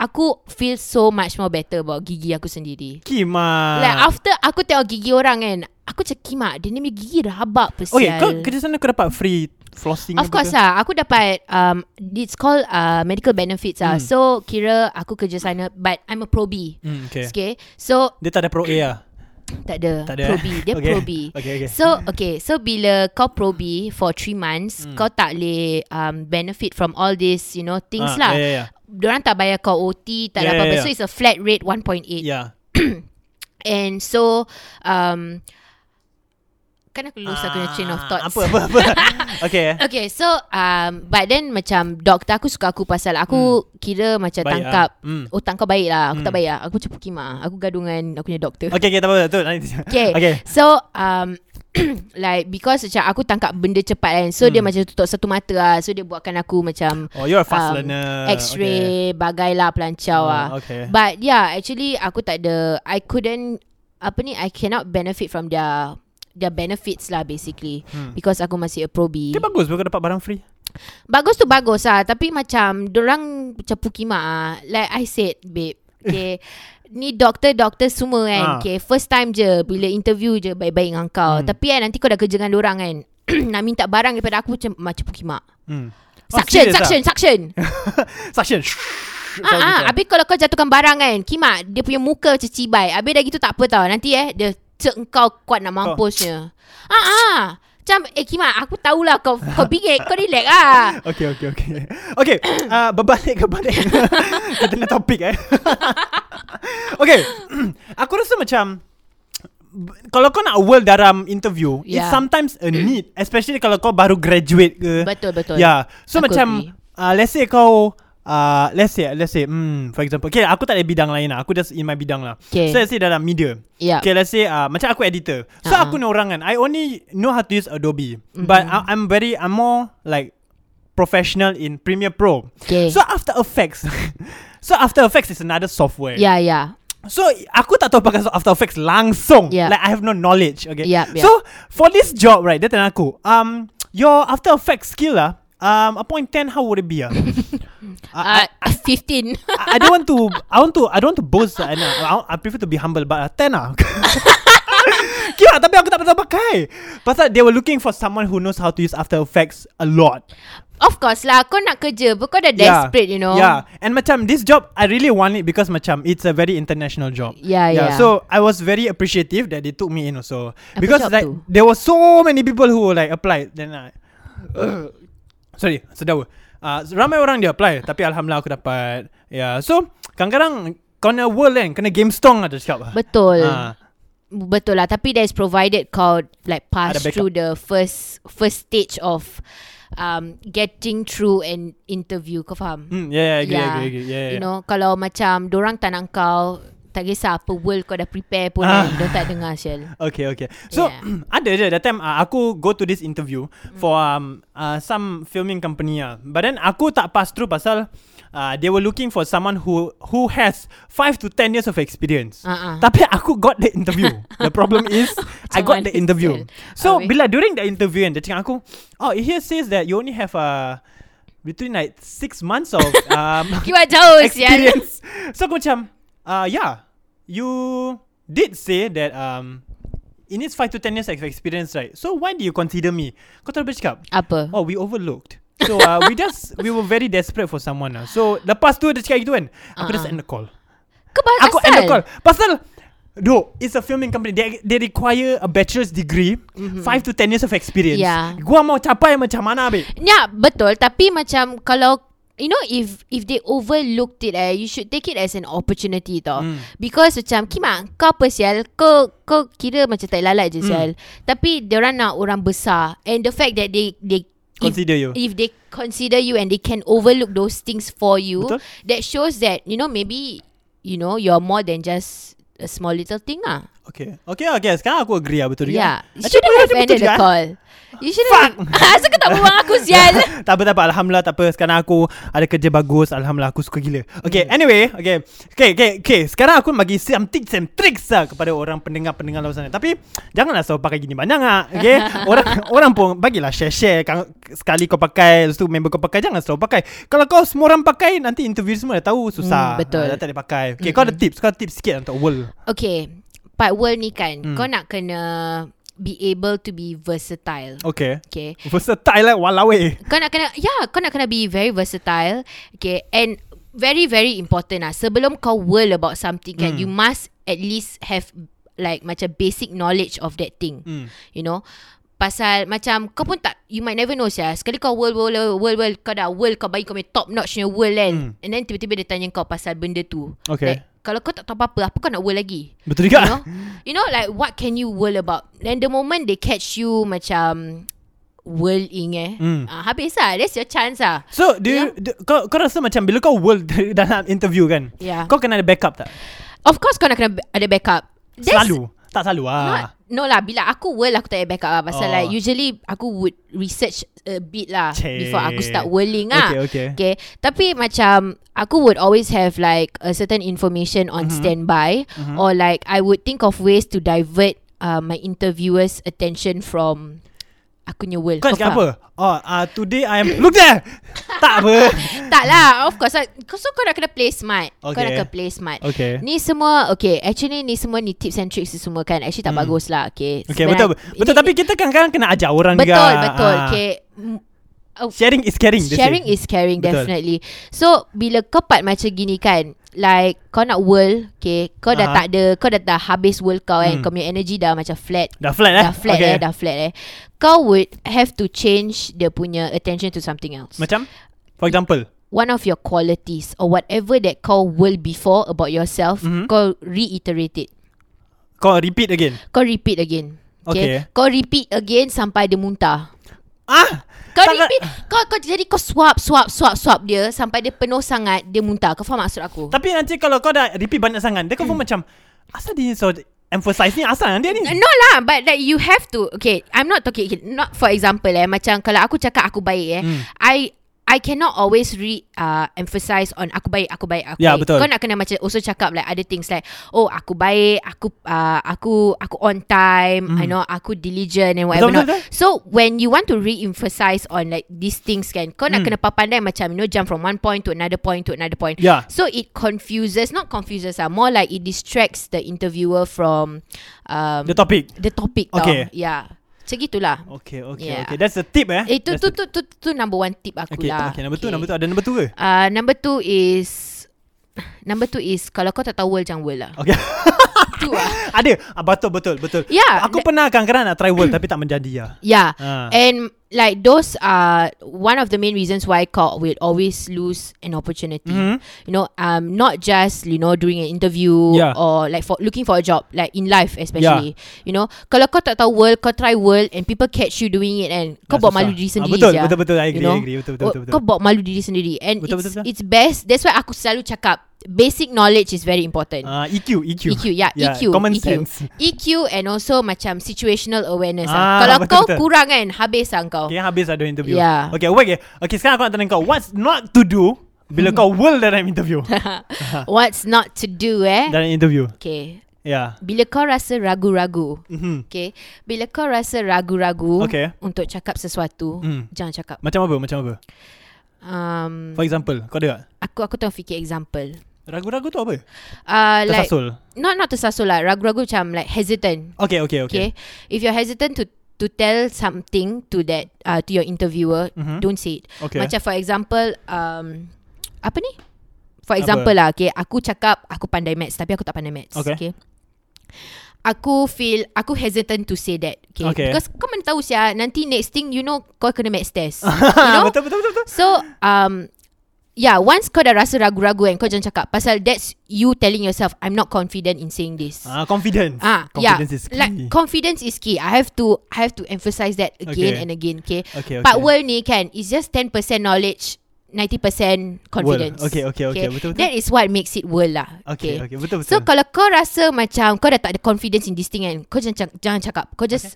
Speaker 5: Aku feel so much more better about gigi aku sendiri.
Speaker 3: Kima.
Speaker 5: Like after aku tengok gigi orang kan, aku cakap kimak dia ni punya gigi rabak pesial.
Speaker 3: Okay, ya, kau Oh, kerja sana kau dapat free flossing
Speaker 5: Of course lah Aku dapat um, It's called uh, Medical benefits lah So kira Aku kerja sana But I'm a pro B
Speaker 3: Hmm, okay.
Speaker 5: okay So
Speaker 3: Dia tak ada pro A lah
Speaker 5: Tak ada,
Speaker 3: Tak
Speaker 5: tak
Speaker 3: ada,
Speaker 5: ada Pro
Speaker 3: eh?
Speaker 5: B Dia
Speaker 3: Okay.
Speaker 5: okay. Pro B
Speaker 3: Okay, okay.
Speaker 5: So okay So bila kau Pro B For 3 months
Speaker 3: Hmm.
Speaker 5: Kau tak boleh um, Benefit from all this You know Things
Speaker 3: Ah,
Speaker 5: lah
Speaker 3: yeah, yeah, yeah.
Speaker 5: Diorang tak bayar kau OT Tak
Speaker 3: Yeah,
Speaker 5: ada apa-apa
Speaker 3: yeah, yeah.
Speaker 5: So it's a flat rate 1.8
Speaker 3: Yeah
Speaker 5: And so um, Kan aku lose Aku punya
Speaker 3: Ah,
Speaker 5: train of thoughts
Speaker 3: Apa apa apa Okay
Speaker 5: Okay so um, But then macam Doktor aku suka aku Pasal aku Kira
Speaker 3: Hmm.
Speaker 5: macam
Speaker 3: Baik
Speaker 5: baik tangkap
Speaker 3: lah. Hmm.
Speaker 5: Otak kau baik lah Aku tak baik lah Aku macam pukima Aku gaduh dengan Aku punya doktor
Speaker 3: Okay, okay tak apa tu nanti.
Speaker 5: Okay.
Speaker 3: okay.
Speaker 5: So um like because macam aku tangkap benda cepat kan. So hmm. dia macam tutup satu mata lah. So dia buatkan aku macam um,
Speaker 3: Oh you're a fast learner
Speaker 5: X-ray okay. bagailah pelancau
Speaker 3: Oh,
Speaker 5: ah.
Speaker 3: okay.
Speaker 5: But yeah, actually aku tak ada I couldn't apa ni I cannot benefit from their their benefits lah basically hmm. because aku masih a pro B.
Speaker 3: okay. Dia bagus Kau dapat barang free
Speaker 5: Bagus tu bagus lah Tapi macam Diorang macam pukima ah. Like I said babe Okay Ni doktor-doktor semua kan
Speaker 3: Ah.
Speaker 5: ha. Okay first time je Bila interview je Baik-baik dengan kau hmm. Tapi kan nanti kau dah kerja dengan orang kan Nak minta barang daripada aku Macam macam pukimak
Speaker 3: Hmm. Oh,
Speaker 5: Suction,
Speaker 3: serious ah?
Speaker 5: suction, suction
Speaker 3: Suction.
Speaker 5: Ah, ah, habis kalau kau jatuhkan barang kan, kimak dia punya muka macam cibai. Habis dah gitu tak apa tau. Nanti eh dia cek kau kuat nak mampusnya.
Speaker 3: Oh.
Speaker 5: Ah ah. Macam eh kimak aku tahulah kau kau bingit, kau relax ah.
Speaker 3: Okay, okay, okay. Okay, uh, berbalik kepada kita punya topik eh. okay, aku rasa macam b- kalau kau nak world dalam interview, yeah. it's
Speaker 5: Yeah.
Speaker 3: sometimes a need, especially kalau kau baru graduate ke.
Speaker 5: Betul, betul.
Speaker 3: Yeah, so
Speaker 5: Aku
Speaker 3: macam
Speaker 5: agree.
Speaker 3: uh, let's say kau uh, let's say let's say hmm, for example, okay, aku tak ada bidang lain lah. Aku just in my bidang lah.
Speaker 5: Okay.
Speaker 3: So let's say dalam media.
Speaker 5: Yeah.
Speaker 3: Okay, let's say uh, macam aku editor. So
Speaker 5: Uh-uh.
Speaker 3: uh-huh. aku ni orang kan. I only know how to use Adobe. Mm-hmm. But I, I'm very I'm more like professional in Premiere Pro.
Speaker 5: Okay.
Speaker 3: So After Effects. so After Effects is another software.
Speaker 5: Ya, ya.
Speaker 3: So aku tak tahu pakai After Effects langsung.
Speaker 5: Yeah.
Speaker 3: Like I have no knowledge. Okay.
Speaker 5: Yeah, yeah.
Speaker 3: So for this job right, dia tanya aku, um, your After Effects skill lah, um, upon 10 how would it be ah?
Speaker 5: Ah
Speaker 3: I- I-
Speaker 5: 15.
Speaker 3: I, I don't want to I want to I don't want to boast lah, Ana. I, I prefer to be humble But uh, ten lah Kira tapi aku tak pernah pakai Pasal they were looking for someone Who knows how to use After Effects A lot
Speaker 5: Of course lah, kau nak kerja, but kau dah desperate, you know.
Speaker 3: Yeah And macam this job I really want it Because macam It's a very international job
Speaker 5: Yeah, yeah.
Speaker 3: So I was very appreciative That they took me in also
Speaker 5: Apa
Speaker 3: Because
Speaker 5: job
Speaker 3: like
Speaker 5: tu?
Speaker 3: There were so many people Who like applied Then I Sorry Sedawa uh, Ramai orang dia apply Tapi Alhamdulillah aku dapat Yeah So Kadang-kadang Kena world kan Kena game strong lah dia cakap
Speaker 5: Betul.
Speaker 3: Ah.
Speaker 5: Betul lah, tapi that is provided kau like pass
Speaker 3: Ada backup.
Speaker 5: through the first first stage of um getting through an interview. Kau faham?
Speaker 3: Hmm, yeah, yeah, agree, yeah. agree, agree. Yeah, yeah.
Speaker 5: You know, kalau macam orang tak nak kau, tak kisah apa world kau dah prepare pun
Speaker 3: Ah.
Speaker 5: ah. kan, dia tak dengar Syel.
Speaker 3: Okay, okay. So yeah.
Speaker 5: Yeah.
Speaker 3: ada je that time uh, aku go to this interview mm. for um uh, some filming company ah. But then aku tak pass through pasal uh, they were looking for someone who who has 5 to 10 years of experience.
Speaker 5: Ah, ah.
Speaker 3: Tapi aku got the interview. the problem is I got the
Speaker 5: Macam mana
Speaker 3: interview.
Speaker 5: still?
Speaker 3: So
Speaker 5: Habis?
Speaker 3: bila during the interview kan dia cakap aku, oh it here says that you only have uh, between like 6 months of um
Speaker 5: Kiwa jauh Syel.
Speaker 3: experience. So aku macam, uh, yeah, you did say that um, it needs 5 to 10 years of experience, right? So why do you consider me? Kau terus cakap,
Speaker 5: Apa?
Speaker 3: oh, we overlooked. So uh, we just, we were very desperate for someone lah. So lepas tu dia cakap gitu kan, aku uh-huh. just
Speaker 5: Uh-uh.
Speaker 3: end the call.
Speaker 5: Kau bahas
Speaker 3: Aku end
Speaker 5: asal?
Speaker 3: the call. Pasal, Dude, it's a filming company. They, they require a bachelor's degree, mm-hmm. 5 to 10 years of experience.
Speaker 5: Yeah.
Speaker 3: Gua mau capai macam mana, babe?
Speaker 5: Ya, betul. Tapi macam kalau You know if if they overlooked it eh you should take it as an opportunity tau.
Speaker 3: Hmm.
Speaker 5: Mm. Because macam Kimak kau apa sial kau kau kira macam tak lalat
Speaker 3: Hmm.
Speaker 5: je sial. Tapi dia orang nak orang besar and the fact that they they if-
Speaker 3: Consider you.
Speaker 5: If they consider you and they can overlook those things for you
Speaker 3: Betul.
Speaker 5: that shows that you know maybe you know you're more than just a small little thing ah.
Speaker 3: Okay. Okay, okay. Sekarang aku agree lah betul juga.
Speaker 5: Yeah, you
Speaker 3: Actually,
Speaker 5: shouldn't have
Speaker 3: betul
Speaker 5: ended
Speaker 3: juga,
Speaker 5: the
Speaker 3: eh.
Speaker 5: call. You shouldn't. Fuck. Asal kau tak buang aku sial.
Speaker 3: tak apa tak apa alhamdulillah tak apa sekarang aku ada kerja bagus alhamdulillah aku suka gila. Okay hmm. anyway okay. Okay okay okay sekarang aku bagi some tips and tricks lah kepada orang pendengar-pendengar luar sana. Tapi janganlah selalu pakai gini banyak ah. Okay orang orang pun bagilah share-share Kang- sekali kau pakai lepas tu member kau pakai jangan selalu pakai. Kalau kau semua orang pakai nanti interview semua dah tahu susah.
Speaker 5: Hmm, betul.
Speaker 3: Ah, dah tak ada pakai. Okay kau ada tips kau ada tips sikit untuk world.
Speaker 5: Okay Part world ni kan Kau nak kena Be able to be versatile
Speaker 3: Okay.
Speaker 5: Okay
Speaker 3: Versatile lah walau eh.
Speaker 5: Kau nak kena Yeah Kau nak kena be very versatile Okay And Very very important lah Sebelum kau world about something kan You must at least have Like macam basic knowledge of that thing You know Pasal macam Kau pun tak You might never know sia Sekali kau world world world world, world Kau dah world Kau bagi kau punya top notch punya world kan And then tiba-tiba dia tanya kau Pasal benda tu
Speaker 3: Okay.
Speaker 5: like, Kalau kau tak tahu apa-apa Apa kau nak world lagi
Speaker 3: Betul
Speaker 5: You
Speaker 3: juga.
Speaker 5: know, you know, like what can you world about? Then the moment they catch you macam worlding eh,
Speaker 3: Mm.
Speaker 5: ah, habis lah. That's your chance lah.
Speaker 3: So do you, do, kau, kau rasa macam Bila kau world dalam interview kan
Speaker 5: Yeah.
Speaker 3: Kau kena ada backup tak?
Speaker 5: Of course kau nak kena b- ada backup.
Speaker 3: Selalu Tak selalu ah.
Speaker 5: Not, no lah Bila aku whirl Aku tak payah backup lah Pasal
Speaker 3: Oh.
Speaker 5: oh. like Usually aku would Research a bit lah
Speaker 3: Chey.
Speaker 5: Before aku start whirling lah
Speaker 3: Okay, okay.
Speaker 5: okay Tapi macam Aku would always have like A certain information On mm-hmm. standby mm-hmm. Or like I would think of ways To divert uh, My interviewers Attention from Aku punya whirl
Speaker 3: Kau cakap apa? ah,
Speaker 5: faham?
Speaker 3: Oh, uh, today I am Look there Tak apa
Speaker 5: tak lah Of course lah. So kau nak kena play smart okay. Kau
Speaker 3: Okay.
Speaker 5: nak kena play smart
Speaker 3: Okay.
Speaker 5: Ni semua Okay actually ni semua ni tips and tricks ni semua kan Actually tak hmm. bagus lah Okay,
Speaker 3: Okay
Speaker 5: Sebenarnya-
Speaker 3: betul Betul
Speaker 5: ini-
Speaker 3: tapi kita kadang-kadang Kena ajak orang
Speaker 5: Betul
Speaker 3: juga
Speaker 5: betul
Speaker 3: Ah.
Speaker 5: Okay Mm, oh,
Speaker 3: Sharing is caring they say.
Speaker 5: Sharing is caring
Speaker 3: Betul.
Speaker 5: definitely So bila kau part macam gini kan Like kau nak world Okay Kau
Speaker 3: Aha.
Speaker 5: dah
Speaker 3: Hmm.
Speaker 5: tak ada Kau dah dah habis world kau kan Kau punya energy dah macam flat
Speaker 3: Dah flat eh
Speaker 5: Dah flat
Speaker 3: Okay.
Speaker 5: eh Dah flat eh Kau would have to change Dia punya attention to something else
Speaker 3: Macam For example
Speaker 5: One of your qualities Or whatever that kau world before About yourself
Speaker 3: Mhm.
Speaker 5: Kau reiterate it
Speaker 3: Kau repeat again
Speaker 5: Kau repeat again
Speaker 3: Okay.
Speaker 5: Kau repeat again Sampai dia muntah
Speaker 3: Ah
Speaker 5: Kau
Speaker 3: Tak-
Speaker 5: repeat kau, kau jadi kau swap Swap swap swap dia Sampai dia penuh sangat Dia muntah Kau faham maksud aku
Speaker 3: Tapi nanti kalau kau dah repeat banyak sangat Dia confirm
Speaker 5: Hmm.
Speaker 3: macam Asal dia so Emphasize ni Asal dia ni
Speaker 5: No lah But that you have to Okay I'm not talking okay, Not for example eh Macam kalau aku cakap Aku baik eh
Speaker 3: Hmm.
Speaker 5: I I cannot always re uh, emphasize on aku baik aku baik aku.
Speaker 3: Ya,
Speaker 5: baik.
Speaker 3: betul.
Speaker 5: Kau nak kena macam also cakap like other things like oh aku baik, aku uh, aku aku on time, I know aku diligent and whatever
Speaker 3: Hmm. Betul,
Speaker 5: not.
Speaker 3: betul, betul.
Speaker 5: So when you want to re-emphasize on like these things kan, kau nak
Speaker 3: Hmm.
Speaker 5: kena pandai macam you know jump from one point to another point to another point.
Speaker 3: Ya.
Speaker 5: So it confuses, not confuses ah, more like it distracts the interviewer from um,
Speaker 3: The topic
Speaker 5: the topic
Speaker 3: Okay.
Speaker 5: tau. Yeah. Macam gitulah.
Speaker 3: Okay okay
Speaker 5: Yeah.
Speaker 3: okay That's the tip eh
Speaker 5: Eh, tu,
Speaker 3: That's
Speaker 5: tu,
Speaker 3: the-
Speaker 5: tu, tu, tu number one tip aku
Speaker 3: Okay,
Speaker 5: lah.
Speaker 3: okay number two Number two ada number two ke
Speaker 5: Uh, number two is... Number two is kalau kau tak tahu world jangan world lah.
Speaker 3: Okay
Speaker 5: Tu lah.
Speaker 3: Ada ah, Betul betul betul
Speaker 5: Yeah,
Speaker 3: Aku
Speaker 5: that-
Speaker 3: pernah kadang-kadang nak try world Tapi tak menjadi ya
Speaker 5: Yeah.
Speaker 3: Ah.
Speaker 5: And like those are one of the main reasons why Kok will always lose an opportunity.
Speaker 3: Mm-hmm.
Speaker 5: You know, um, not just you know during an interview
Speaker 3: Yeah.
Speaker 5: or like for looking for a job, like in life especially. You know, kalau kau tak tahu world, kau try world and people catch you doing it and kau
Speaker 3: Dah
Speaker 5: buat malu
Speaker 3: susah.
Speaker 5: diri
Speaker 3: Ah,
Speaker 5: sendiri.
Speaker 3: betul,
Speaker 5: sia.
Speaker 3: betul, betul. I agree,
Speaker 5: you know?
Speaker 3: I agree. Betul, betul,
Speaker 5: Oh,
Speaker 3: betul, betul.
Speaker 5: Kau buat malu diri sendiri and
Speaker 3: Betul,
Speaker 5: it's,
Speaker 3: betul, betul.
Speaker 5: it's best. That's why aku selalu cakap basic knowledge is very important.
Speaker 3: Ah, EQ EQ
Speaker 5: EQ yeah, EQ
Speaker 3: Ya, Common
Speaker 5: EQ.
Speaker 3: sense
Speaker 5: EQ E and also macam situational awareness
Speaker 3: Ah,
Speaker 5: ah, Kalau
Speaker 3: betul,
Speaker 5: kau
Speaker 3: betul.
Speaker 5: kurang kan Habis lah kau
Speaker 3: Okay habis ada interview
Speaker 5: Yeah.
Speaker 3: Okay awake eh Okay sekarang aku nak tanya kau What's not to do Bila kau world dalam interview
Speaker 5: What's not to do eh
Speaker 3: Dalam interview Ya.
Speaker 5: Okay
Speaker 3: Yeah
Speaker 5: Bila kau rasa ragu-ragu
Speaker 3: Mhm.
Speaker 5: Okay Bila kau rasa ragu-ragu
Speaker 3: Okay.
Speaker 5: Untuk cakap sesuatu
Speaker 3: Hmm.
Speaker 5: Jangan cakap
Speaker 3: Macam apa Macam apa
Speaker 5: um,
Speaker 3: For example Kau ada tak?
Speaker 5: Aku aku tengah fikir example
Speaker 3: Ragu-ragu tu apa?
Speaker 5: uh, like,
Speaker 3: Tersasul
Speaker 5: Not not tersasul lah Ragu-ragu macam like hesitant
Speaker 3: Okay okay okay,
Speaker 5: okay. If you're hesitant to to tell something to that uh, to your interviewer,
Speaker 3: Mhm.
Speaker 5: don't say it.
Speaker 3: Okay.
Speaker 5: Macam for example, um, apa ni? For example lah, okay, aku cakap aku pandai maths tapi aku tak pandai maths.
Speaker 3: Okay.
Speaker 5: Aku feel Aku hesitant to say that Okay,
Speaker 3: Okay.
Speaker 5: Because kau mana tahu siya Nanti next thing You know Kau kena maths test You know
Speaker 3: Ah, Betul betul betul, betul.
Speaker 5: So um Yeah once kau dah rasa ragu-ragu And kau jangan cakap Pasal that's you telling yourself I'm not confident in saying this
Speaker 3: Ah, confidence.
Speaker 5: Ah,
Speaker 3: confidence
Speaker 5: yeah.
Speaker 3: is key.
Speaker 5: Like confidence is key. I have to I have to emphasize that
Speaker 3: Okay.
Speaker 5: again and again. Okay.
Speaker 3: Okay, okay.
Speaker 5: But world ni kan it's just 10% knowledge, 90% confidence.
Speaker 3: World. Okay, okay, okay. Betul, betul.
Speaker 5: That is what makes it world lah.
Speaker 3: okay, okay, betul betul.
Speaker 5: So kalau kau rasa macam kau dah tak ada confidence in this thing kan, kau jangan cak- jangan cakap. Kau just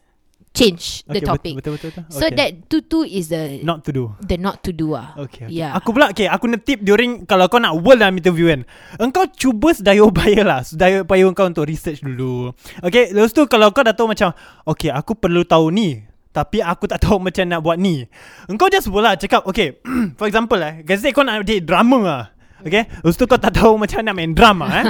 Speaker 5: change the
Speaker 3: Okay,
Speaker 5: topic.
Speaker 3: Betul betul betul. betul.
Speaker 5: So that tu tu is the
Speaker 3: not to do.
Speaker 5: the not to do ah.
Speaker 3: Okay, okay.
Speaker 5: Yeah.
Speaker 3: Aku pula okay, aku nak tip during kalau kau nak world dalam interview kan. Engkau cuba sedaya upaya lah, sedaya upaya kau untuk research dulu. Okay, lepas tu kalau kau dah tahu macam okay, aku perlu tahu ni, tapi aku tak tahu macam nak buat ni. Engkau just bola cakap okay, for example eh, kasi kau nak update drama lah. Okay Lepas tu kau tak tahu Macam mana nak main drama eh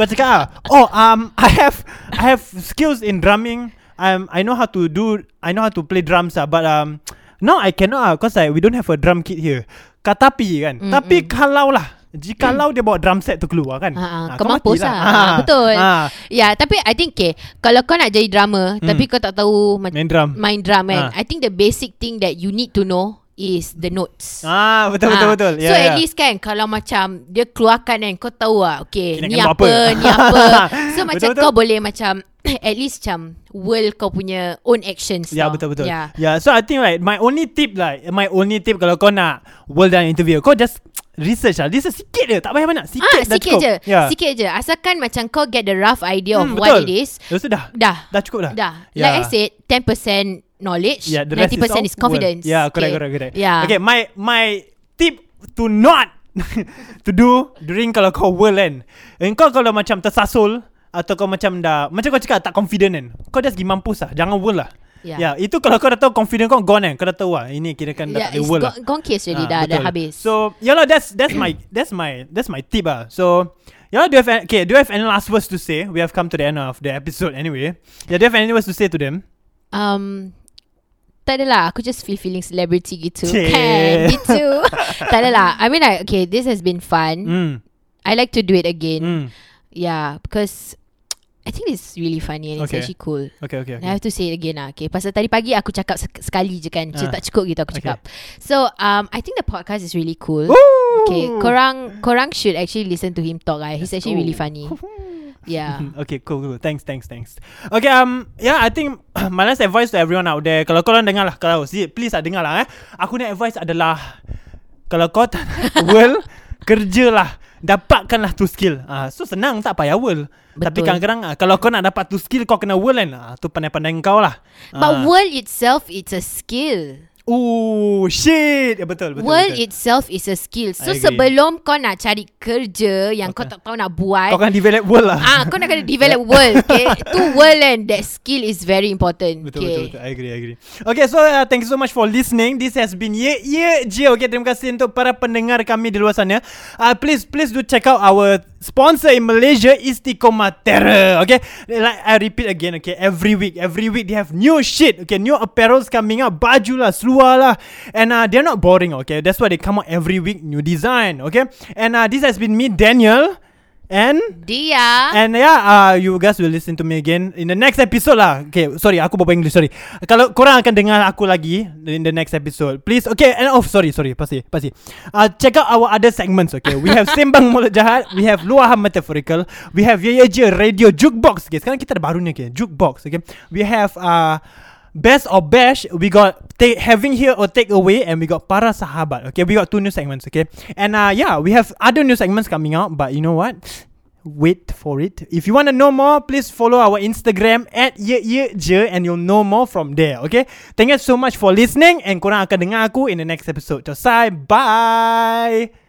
Speaker 3: Kau cakap ah, Oh um, I have I have skills in drumming um, I know how to do I know how to play drums ah, But um, Now I cannot ah Cause like, we don't have a drum kit here Katapi kan mm Tapi kalau lah Jikalau dia bawa drum set tu keluar kan
Speaker 5: Ha, ha,
Speaker 3: ah,
Speaker 5: kau
Speaker 3: mati
Speaker 5: mampus lah. Ha, betul.
Speaker 3: ah, Hmm.
Speaker 5: Ya, yeah, tapi I think okay, kalau kau nak jadi drama, tapi kau tak tahu ma-
Speaker 3: Main drum.
Speaker 5: main drum kan.
Speaker 3: Ha.
Speaker 5: I think the basic thing that you need to know is the notes.
Speaker 3: ah, Betul betul
Speaker 5: Ah,
Speaker 3: betul ya.
Speaker 5: So at least kan Kalau macam Dia keluarkan kan Kau tahu lah Okay
Speaker 3: Kena
Speaker 5: ni
Speaker 3: kena buat
Speaker 5: apa,
Speaker 3: apa.
Speaker 5: Ni apa So macam
Speaker 3: Betul-betul.
Speaker 5: kau boleh macam At least macam World kau punya Own actions
Speaker 3: Ya yeah,
Speaker 5: tau.
Speaker 3: betul betul.
Speaker 5: yeah.
Speaker 3: Yeah. yeah. So I think like my only tip like my only tip kalau kau nak world dalam interview kau just research lah. Research sikit je, tak payah banyak. Sikit
Speaker 5: Ah,
Speaker 3: dah
Speaker 5: sikit
Speaker 3: cukup.
Speaker 5: je
Speaker 3: Yeah.
Speaker 5: Sikit je Asalkan macam kau get the rough idea Of
Speaker 3: Hmm,
Speaker 5: what it is
Speaker 3: Lepas tu dah.
Speaker 5: Dah
Speaker 3: Dah cukup dah.
Speaker 5: Dah Like I said 10% knowledge
Speaker 3: Yeah, Ya. the rest
Speaker 5: 90% is,
Speaker 3: is, all
Speaker 5: confidence Ya.
Speaker 3: World. Yeah, correct, correct, correct.
Speaker 5: yeah.
Speaker 3: Okay, my my tip to not to do during kalau kau world kan. And kau kalau macam tersasul atau kau macam dah macam kau cakap tak confident kan. Kau just pergi mampus lah. Jangan world lah.
Speaker 5: Yeah.
Speaker 3: yeah. Itu kalau kau dah tahu confident kau gone kan. Kau dah tahu lah. Ini kira kan
Speaker 5: Yeah,
Speaker 3: dah tak ada
Speaker 5: it's
Speaker 3: world lah.
Speaker 5: gone, gone case already dah,
Speaker 3: Ah,
Speaker 5: dah
Speaker 3: betul.
Speaker 5: habis.
Speaker 3: So yeah lah, that's that's my that's my that's my tip ah. So yeah, do you have an- okay? Do you have any last words to say? We have come to the end of the episode anyway. Yeah, do you have any words to say to them?
Speaker 5: um, tak adalah Aku just feel feeling celebrity gitu
Speaker 3: Cik.
Speaker 5: Kan Gitu Tak adalah I mean like Okay this has been fun
Speaker 3: Mm.
Speaker 5: I like to do it again
Speaker 3: Mm.
Speaker 5: Yeah Because I think it's really funny And it's
Speaker 3: Okay.
Speaker 5: actually cool
Speaker 3: Okay, okay,
Speaker 5: And I
Speaker 3: okay.
Speaker 5: have to say it again lah okay. Pasal tadi pagi aku cakap sek- sekali je kan Macam
Speaker 3: Ah.
Speaker 5: tak cukup gitu aku
Speaker 3: Okay.
Speaker 5: cakap So um, I think the podcast is really cool
Speaker 3: Woo!
Speaker 5: Okay korang Korang should actually listen to him talk lah He's actually really funny Yeah
Speaker 3: Mm, Okay cool cool Thanks thanks thanks Okay um Yeah I think My last advice to everyone out there Kalau korang dengar lah Kalau si- please lah dengar lah eh Aku ni advice adalah Kalau kau tak nak world Kerjalah Dapatkanlah tu skill ah, So senang tak payah world Betul. Tapi
Speaker 5: Betul.
Speaker 3: kadang-kadang ah, Kalau kau nak dapat tu skill Kau kena world kan ah, Tu pandai-pandai kau lah Ah.
Speaker 5: But world itself It's a skill
Speaker 3: Oh shit Ya, Betul betul
Speaker 5: World
Speaker 3: betul.
Speaker 5: itself is a skill So
Speaker 3: I agree.
Speaker 5: sebelum kau nak cari kerja Yang kau tak tahu nak buat
Speaker 3: Kau kan develop world lah
Speaker 5: Ah, kau nak kena develop world okay? Tu world and that skill is very important
Speaker 3: Betul,
Speaker 5: okay?
Speaker 3: betul, betul. I agree, I agree. Okay, so uh, thank you so much for listening. This has been Ye Ye Je. Okay, terima kasih untuk para pendengar kami di luar sana. Uh, please, please do check out our sponsor in Malaysia, Istiqomah Terra. Okay, like I repeat again. Okay, every week, every week they have new shit. Okay, new apparels coming out. Baju lah, seluar lah. And uh, they're not boring. Okay, that's why they come out every week, new design. Okay, and uh, this has been me, Daniel. And
Speaker 5: Dia
Speaker 3: And yeah, uh, you guys will listen to me again in the next episode lah. Okay, sorry, aku bawa English, sorry. Kalau korang akan dengar aku lagi in the next episode, please. Okay, and oh, sorry, sorry, pasti, pasti. Uh, check out our other segments, okay? We have Sembang Mulut Jahat, we have Luahan Metaphorical, we have Ye Ye Je Radio Jukebox, okay? Sekarang kita ada barunya, okay? Jukebox, okay? We have... Uh, Best or Bash, we got take, having here or take away, and we got para sahabat. Okay, we got two new segments. Okay, and uh, yeah, we have other new segments coming out. But you know what? Wait for it. If you want to know more, please follow our Instagram at ye ye je and you'll know more from there. Okay, thank you so much for listening, and korang akan dengar aku in the next episode. Josai, bye.